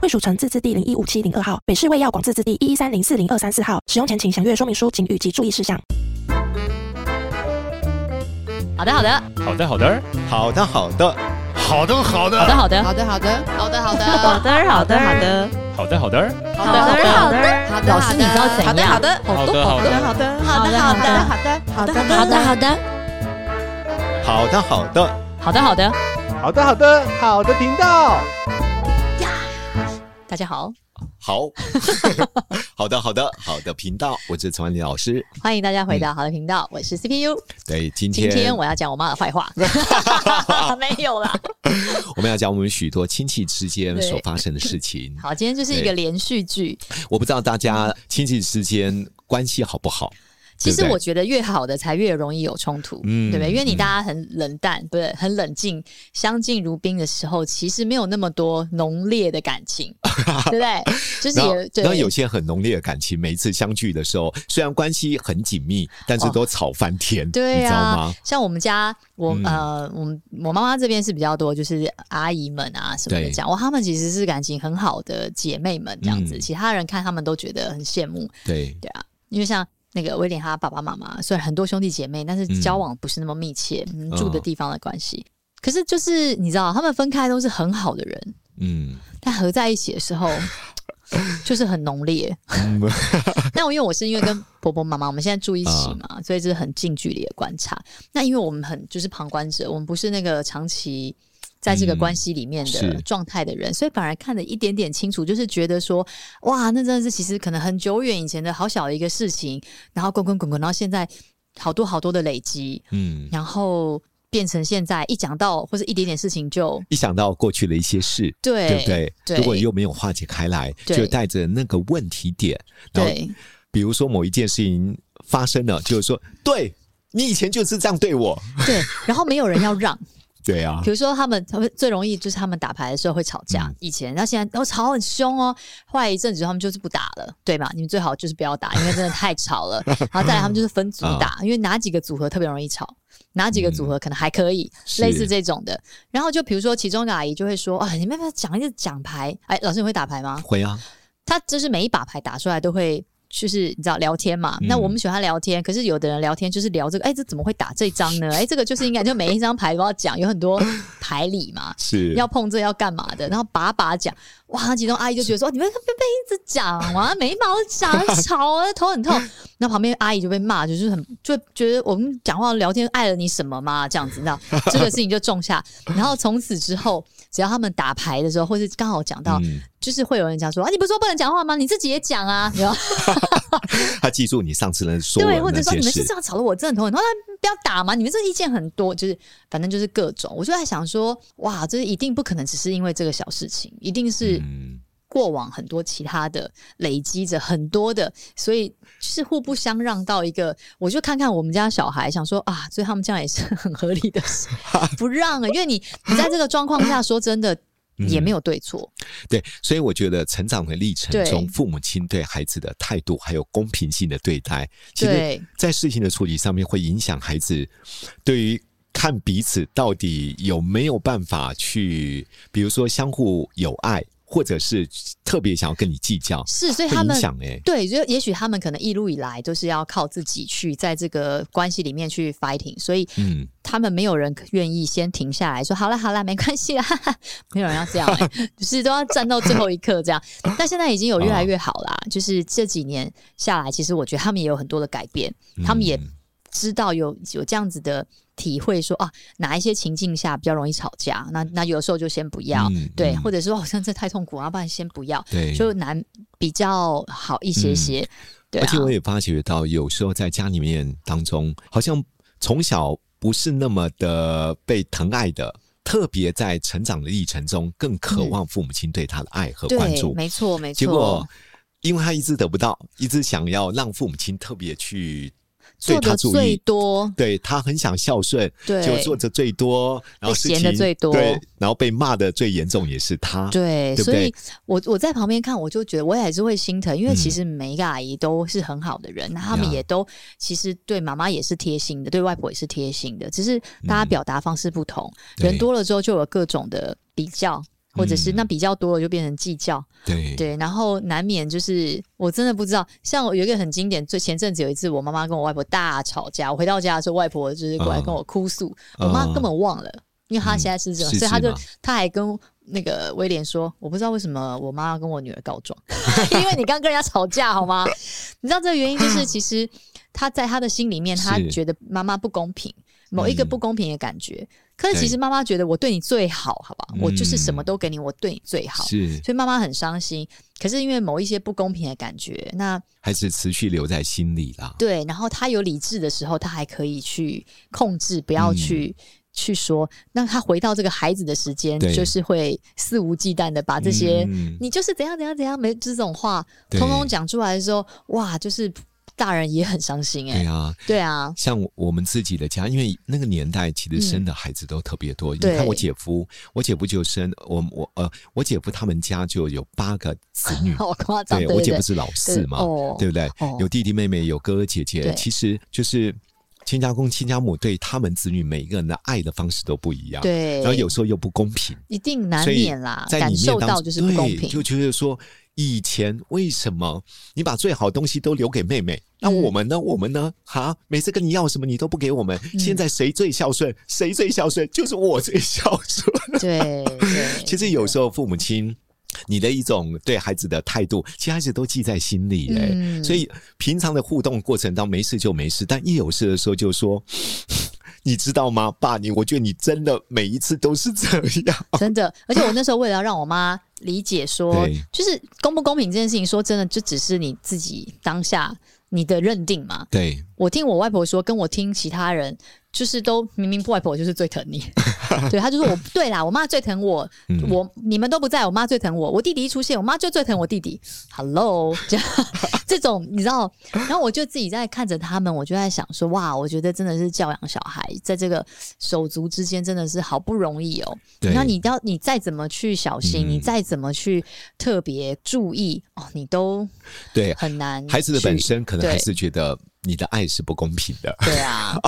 惠蜀城自治地零一五七零二号，北市卫药广自治地一一三零四零二三四号。使用前请详阅说明书请及注意事项。好的，好的，好的，好的，好的，好的，好的，好好的，的，好的，好的，好的，好的，好的，好的，好的，好的。好的，好的，好的，好的，好的，好的。老师，你知道怎样？好的，好好的，的，好的，好的，好的，好的，好的，好的，好的，好的，好的，好的，好的，好的。好的，好的，好的频道。大家好， 好，好的，好的，好的频道，我是陈万林老师。欢迎大家回到好的频道，我是 CPU。对，今今天天我要讲我妈的坏话，没有啦。我们要讲我们许多亲戚之间对所发生的事情。好，今天就是一个连续剧。我不知道大家亲戚之间关系好不好？其实对不对我觉得越好的才越容易有冲突，嗯对不对？因为你嗯大家很冷淡，不是很冷静，相敬如宾的时候，其实没有那么多浓烈的感情，对不对？就是然后也，然后对，有些很浓烈的感情，每一次相聚的时候，虽然关系很紧密，但是哦都吵翻天，对你知道啊吗？，像我们家，我、嗯呃，我们我妈妈这边是比较多，就是阿姨们啊什么的对讲，哇，她们其实是感情很好的姐妹们这样子，嗯其他人看她们都觉得很羡慕，对，对啊，因为像那个威廉他爸爸妈妈虽然很多兄弟姐妹，但是嗯交往不是那么密切，嗯哦住的地方的关系。可是就是你知道，他们分开都是很好的人，嗯，但合在一起的 时候就是很浓烈。嗯那我因为我是因为跟 婆婆妈妈我们现在住一起嗯嘛，所以就是很近距离的观察。那因为我们很就是旁观者，我们不是那个长期。在这个嗯关系里面的是状态的人，所以反而看得一点点清楚，就是觉得说，哇，那真的是其实可能很久远以前的好小的一个事情，然后滚滚滚滚，然后现在好多好多的累积，嗯，然后变成现在一讲到或者一点点事情就一想到过去的一些事，对对不对？对如果又没有化解开来，对就带着那个问题点，然后对比如说某一件事情发生了，就是说，对你以前就是这样对我，对，然后没有人要让，对啊比，如说他们，他们最容易就是他们打牌的时候会吵架，嗯以前，那现在都吵很凶哦。后来一阵子之后他们就是不打了，对吧？你们最好就是不要打，因为真的太吵 了。然后再来他们就是分组啊打，因为哪几个组合特别容易吵，哪几个组合可能还可以，嗯是类似这种的。然后就比如说其中一个阿姨就会说：“啊，你们要不要讲一个讲牌？哎，老师你会打牌吗？”会啊，他就是每一把牌打出来都会。就是你知道聊天嘛？嗯那我们喜欢聊天，可是有的人聊天就是聊这个，哎、这怎么会打这张呢？哎、这个就是应该就每一张牌都要讲，有很多牌理嘛，是要碰这要干嘛的，然后把把讲，哇，那其中阿姨就觉得说你们被被一直讲啊，眉毛讲，吵啊，头很痛。那旁边阿姨就被骂，就是很就觉得我们讲话聊天碍了你什么嘛，这样子，那这个事情就种下。然后从此之后，只要他们打牌的时候，或是刚好讲到，嗯，就是会有人讲说啊，你不是说不能讲话吗？你自己也讲 啊，然后他记住你上次的说对，我或那者说件你们事是这，样吵的，我真的很头疼。那不要打嘛，你们这意见很多，就是反正就是各种。我就在想说，哇，这一定不可能只是因为这个小事情，一定是嗯，过往很多其他的累积着很多的，所以就是互不相让到一个。我就看看我们家小孩，想说啊，所以他们这样也是很合理的 事，不让啊，因为你你在这个状况下，说真的嗯也没有对错，对，所以我觉得成长的历程对中，父母亲对孩子的态度还有公平性的对待，其对实，在事情的处理上面会影响孩子对于看彼此到底有没有办法去，比如说相互友爱，或者是特别想要跟你计较，是，所以会他影们响哎、对，就也许他们可能一路以来都是要靠自己去在这个关系里面去 fighting，所以嗯，他们没有人愿意先停下来说好了好了，没关系啦， 哈哈没有人要这样、 欸，就是都要站到最后一刻这样。但现在已经有越哦来越好啦，就是这几年下来，其实我觉得他们也有很多的改变，他们也嗯知道有有这样子的体会说，啊哪一些情境下比较容易吵架，那那有时候就先不要，嗯对，嗯或者说好像这太痛苦啊，不然先不要，对，嗯就难比较好一些些。对、啊，而且我也发觉到，有时候在家里面当中，好像从小不是那么的被疼爱的，特别在成长的历程中，更渴望父母亲对他的爱和关嗯对，注。没错，没错。结果，因为他一直得不到，一直想要让父母亲特别去对做他的注最意，多，对他很想孝顺，对就做的最多，然后被事嫌情得最多对，然后被骂的最严重也是他。对，对不所对以我我在旁边看，我就觉得我也是会心疼，因为其嗯实每一个阿姨都是很好的人，那他们呀也都其实对妈妈也是贴心的，对外婆也是贴心的，只是大家嗯表达方式不同，对人多了之后就有各种的比较。或者是嗯那比较多了就变成计较，对对，然后难免就是我真的不知道，像我有一个很经典，最前阵子有一次我妈妈跟我外婆大吵架，我回到家的时候，外婆就是过来跟我哭诉，我妈根本忘了，因为她现在是这样，嗯嗯所以她就失智她还跟那个威廉说，我不知道为什么我妈要跟我女儿告状， 因为你刚跟人家吵架好吗？ 你知道这个原因就是其实她在她的心里面，她是觉得妈妈不公平，某一个嗯不公平的感觉。可是对其实妈妈觉得我对你最好，好吧，我就是什么嗯都给你，我对你最好。是所以妈妈很伤心。可是因为某一些不公平的感觉，那还是持续留在心里啦。对，然后他有理智的时候，他还可以去控制，不嗯要去、去说。那他回到这个孩子的时间，对就是会肆无忌惮的把啊这些、嗯你就是怎样怎样怎样，没就是这种话，对通通讲出来的时候，哇，就是大人也很伤心哎、对啊，对啊，像我们自己的家，因为那个年代其实生的孩子都特别多。你看嗯对。我姐夫，我姐夫就生我我呃，我姐夫他们家就有八个子 女好夸张，嗯对对对我姐对不是老四对嘛，哦对不对？哦有弟弟妹妹，有哥哥姐姐，对其实就是亲家公、亲家母对他们子女每一个人的爱的方式都不一样。。对，然后有时候又不公平，一定难所以免啦，在感里面受当到中就是不公对平，就觉得说以前为什么你把最好的东西都留给妹妹，那嗯我们呢？我们呢？哈，每次跟你要什么你都不给我们，嗯现在谁最孝顺？谁最孝顺？就是我最孝顺。对对。 其实有时候父母亲。你的一种对孩子的态度，其实孩子都记在心里耶、嗯所以平常的互动过程当中没事就没事，但一有事的时候就说， 你知道吗，爸，你我觉得你真的每一次都是这样。 真的。而且我那时候为了要让我妈理解说对，就是公不公平这件事情，说真的，就只是你自己当下你的认定嘛。对，我听我外婆说，跟我听其他人。就是都明明外婆就是最疼 你，对她就说我对啦，我妈最疼我，嗯我你们都不在，我妈最疼我，我弟弟一出现，我妈就最疼我弟弟。Hello，这样这种你知道，然后我就自己在看着他们，我就在想说，哇，我觉得真的是教养小孩，在这个手足之间真的是好不容易哦。对那你要你再怎么去小心，嗯你再怎么去特别注意哦，你都对，很难。孩子的本，身可能对还是觉得你的爱是不公平的，对 啊，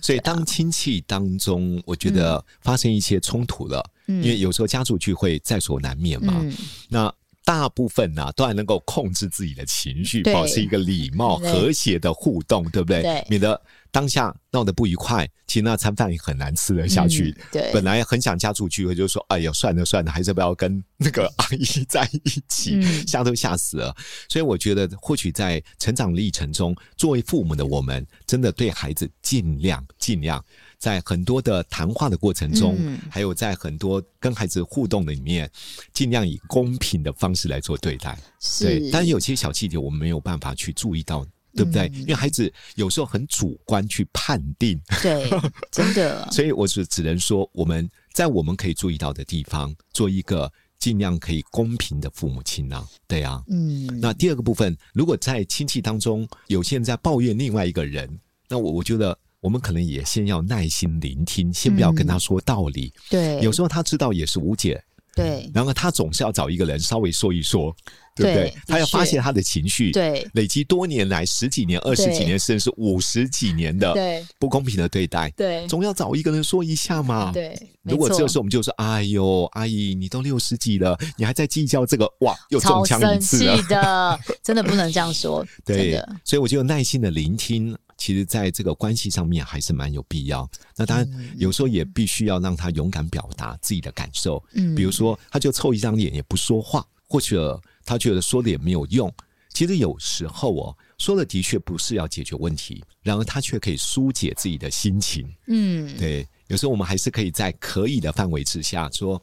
所以当亲戚当中，我觉得发生一些冲突了，嗯因为有时候家族聚会在所难免嘛。嗯，那大部分呢、都还能够控制自己的情绪，对保持一个礼貌对和谐的互动，对不对？对免得当下闹得不愉快，其实那餐饭也很难吃得下去。嗯对本来很想家族聚会，就说：“哎呀，算了算了，还是不要跟那个阿姨在一起，嗯 吓都吓死了。”所以我觉得，或许在成长历程中，作为父母的我们，真的对孩子尽量尽量，在很多的谈话的过程中，嗯还有在很多跟孩子互动的里面，尽量以公平的方式来做对待。对是，，但有些小细节我们没有办法去注意到，对不对？嗯因为孩子有时候很主观去判定， 对，真的，所以我只只能说，我们在我们可以注意到的地方，做一个尽量可以公平的父母亲啊，对啊。嗯，那第二个部分，如果在亲戚当中有些人在抱怨另外一个人，那我我觉得我们可能也先要耐心聆听，先不要跟他说道理。对，有时候他知道也是无解，对然后他总是要找一个人稍微说一说，对不对对？的他要发确泄他的情绪，对累积多年来十几年、二十几对年，甚至是五十几年的对不公平的对待，对总要找一个人说一下嘛。。对，啊如果没错这个时候我们就说：“哎呦，阿姨，你都六十几了，你还在计较这个？哇，又中超枪生一次气了。的，真的不能这样说，真 对的，所以我就耐心的聆听。其实，在这个关系上面还是蛮有必要。那当然，嗯有时候也必须要让他勇敢表达自己的感受。嗯比如说，他就凑一张脸也不说话，或者他觉得说的也没有用。其实有时候哦，说的的确不是要解决问题，然而他却可以疏解自己的心情。嗯，对，有时候我们还是可以在可以的范围之下说，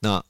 那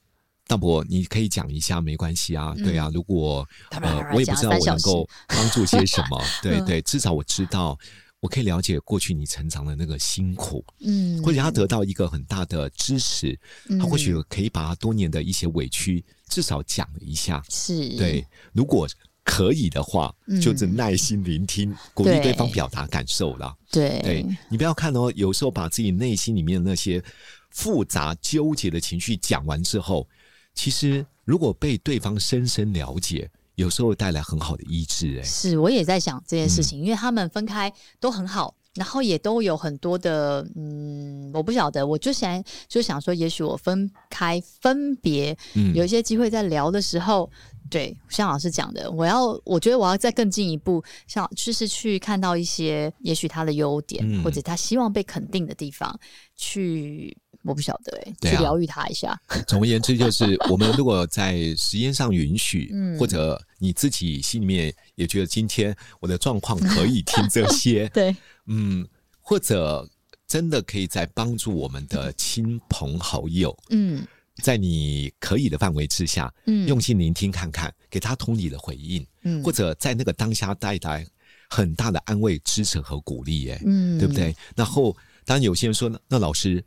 大伯，你可以讲一下，没关系啊，对啊，如果嗯当然呃当，然我也讲了不知三道我小 嗯能够帮助些什么，对对，至少我知道我可以了解过去你成长的那个辛苦，嗯，或者他得到一个很大的支持，他或许嗯可以把他多年的一些委屈至少讲了一下。是，对，如果可以的话，就是嗯耐心聆听，鼓励对对方表达感受啦。对对你不要看哦，有时候把自己内心里面那些复杂纠结的情绪讲完之后，其实如果被对方深深了解，有时候带来很好的医治、哎，是我也在想这嗯件事情，因为他们分开都很好，然后也都有很多的，嗯，我不晓得，我就想就想说，也许我分开分别嗯有一些机会在聊的时候。对，像老师讲的，我要，我觉得我要再更进一步，像就是去看到一些，也许他的优点，嗯或者他希望被肯定的地方，去，我不晓得、欸，对去啊疗愈他一下，总而言之，就是我们如果在时间上允许，嗯，或者你自己心里面也觉得今天我的状况可以听这些 对，嗯，或者真的可以在帮助我们的亲朋好友，嗯在你可以的范围之下，嗯，用心聆听看看，给他同理的回应，嗯或者在那个当下带来很大的安慰、支持和鼓励，哎，嗯，对不？对？然后，当然有些人说，那那老师，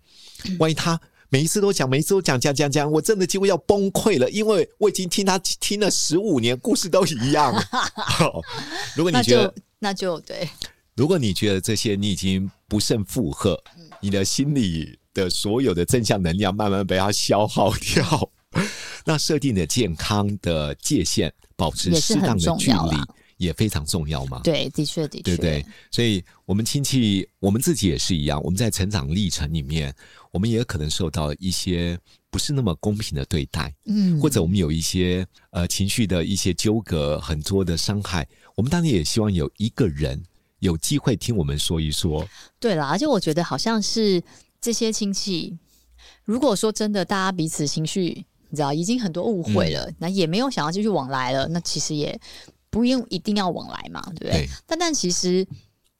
嗯万一他每一次都讲，每一次都讲讲讲讲，我真的几乎要崩溃了，因为我已经听他听了十五年，故事都 一样。好如果你那觉得就，那就对，如果你觉得这些你已经不胜负荷，嗯你的心理的所有的正向能量慢慢被它消耗掉， 那设定的健康的界限，保持也是适很当的重距要离啦也非常重要嘛。对，的确，的确，对不对？所以，我们亲戚，我们自己也是一样。我们在成长历程里面，我们也可能受到一些不是那么公平的对待，嗯，或者我们有一些呃情绪的一些纠葛，很多的伤害。我们当然也希望有一个人有机会听我们说一说。对啦，而且我觉得好像是这些亲戚，如果说真的大家彼此情绪，你知道已经很多误会嗯了，那、也没有想要继续往来了，那其实也不用一定要往来嘛，对不对？对，但但其实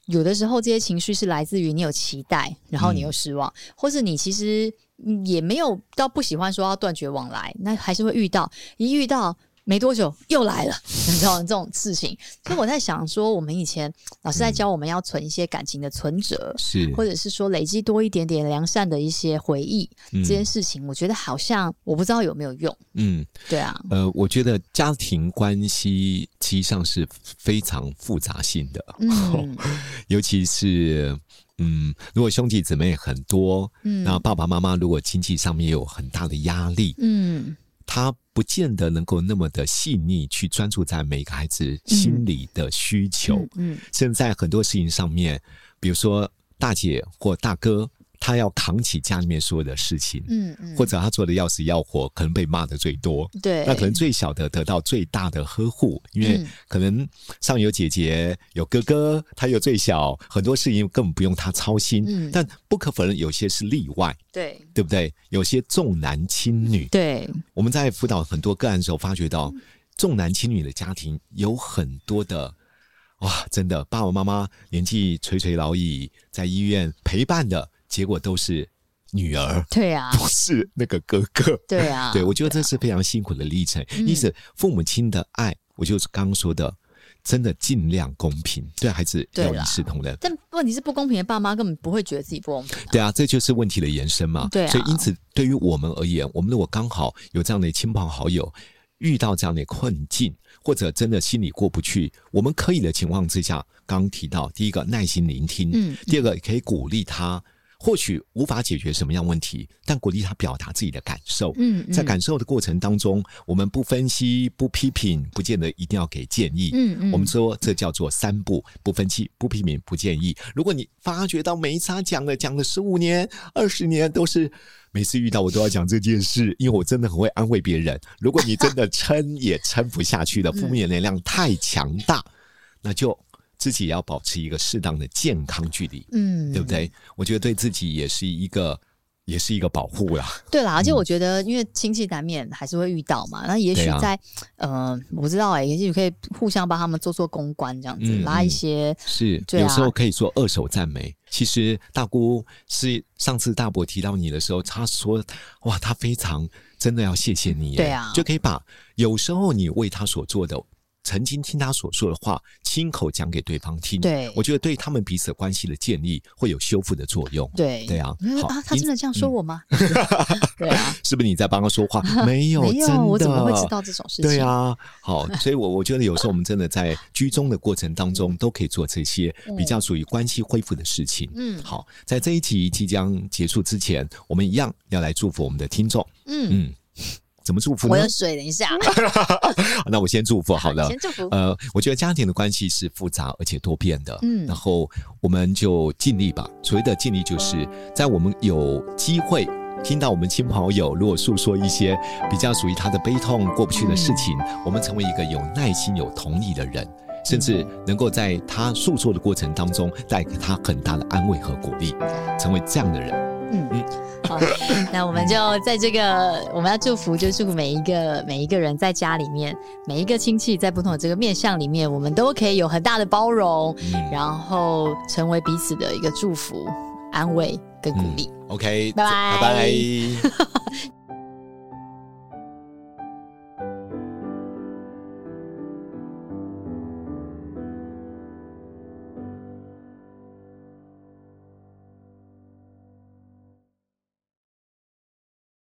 有的时候这些情绪是来自于你有期待，然后你又失望，嗯或是你其实嗯也没有到不喜欢说要断绝往来，那还是会遇到，一遇到。没多久又来了， 你知道这种事情，所以我在想说，我们以前老师在教我们要存一些感情的存折，是或者是说累积多一点点良善的一些回忆，嗯这件事情我觉得好像我不知道有没有用，嗯对啊，呃，我觉得家庭关系实际上是非常复杂性的，嗯尤其是嗯，如果兄弟姊妹很多，嗯那爸爸妈妈如果经济上面有很大的压力，嗯，他不见得能够那么的细腻去专注在每个孩子心理的需求，嗯甚至在很多事情上面，比如说大姐或大哥，他要扛起家里面所有的事情，嗯嗯，或者他做的要死要活，可能被骂的最多。对，那可能最小的得到最大的呵护，因为嗯可能上有姐姐，有哥哥，他又最小，很多事情根本不用他操心。嗯但不可否认，有些是例外，对对不对？有些重男轻女，对，我们在辅导很多个案的时候，发觉到嗯重男轻女的家庭有很多的。哇，真的，爸爸妈妈年纪垂垂老矣，在医院陪伴的结果都是女儿， 对啊，不是那个哥哥。对啊， 嗯对，我觉得这是非常辛苦的历程。因此，父母亲的爱，我就是刚刚说的，真的尽量公平，对孩子对要啦一视同仁。但问题是不公平的爸妈根本不会觉得自己不公平、啊，对啊，这就是问题的延伸嘛。对啊所以因此，对于我们而言，我们如果刚好有这样的亲朋好友遇到这样的困境，或者真的心里过不去，我们可以的情况之下，刚刚提到第一个耐心聆听，嗯，第二个可以鼓励他，或许无法解决什么样问题，但鼓励他表达自己的感受。嗯，嗯在感受的过程当中，我们不分析、不批评，不见得一定要给建议。嗯嗯我们说这叫做三不：不分析、不批评、不建议。如果你发觉到每一次他讲了讲了十五年、二十年，都是每次遇到我都要讲这件事，因为我真的很会安慰别人。如果你真的撑也撑不下去 嗯了，负面能量太强大，那就自己也要保持一个适当的健康距离，嗯，对不？对？我觉得对自己也是一个。也是一个保护啦，对啦，而且我觉得，因为亲戚难免还是会遇到嘛，那也许嗯对啊在、呃，我不知道哎、也许可以互相帮他们做做公关这样子，嗯拉一嗯些是，对啊有时候可以做二手赞美。其实大姑是上次大伯提到你的时候，她说：“哇，她非常真的要谢谢你耶。”对啊就可以把有时候你为她所做的。曾经听他所说的话，亲口讲给对方听。对我觉得对他们彼此关系的建立会有修复的作用。对对啊没有好啊，他真的这样说我 吗？对啊，是不是你在帮他说 话？没有，没真的有，我怎么会知道这种事情？对啊，好，所以我我觉得有时候我们真的在居中的过程当中，都可以做这些比较属于关系恢复的事情。嗯好，在这一集即将结束之前，我们一样要来祝福我们的听众。嗯，嗯， 怎么祝福我呢啊有？水，等一下，那我先祝福好了。先祝福。呃，我觉得家庭的关系是复杂而且多变的，嗯然后我们就尽力吧。所谓的尽力，就是在我们有机会听到我们亲朋好友如果诉说一些比较属于他的悲痛、过不去的事情，嗯我们成为一个有耐心、有同理的人。甚至能够在他诉说的过程当中，带给他很大的安慰和鼓励，成为这样的人。好，那我们就在这个，我们要祝福，就祝福每一个每一个人在家里面，每一个亲戚在不同的这个面相里面，我们都可以有很大的包容，嗯，然后成为彼此的一个祝福、安慰跟鼓励。 OK，拜拜拜拜。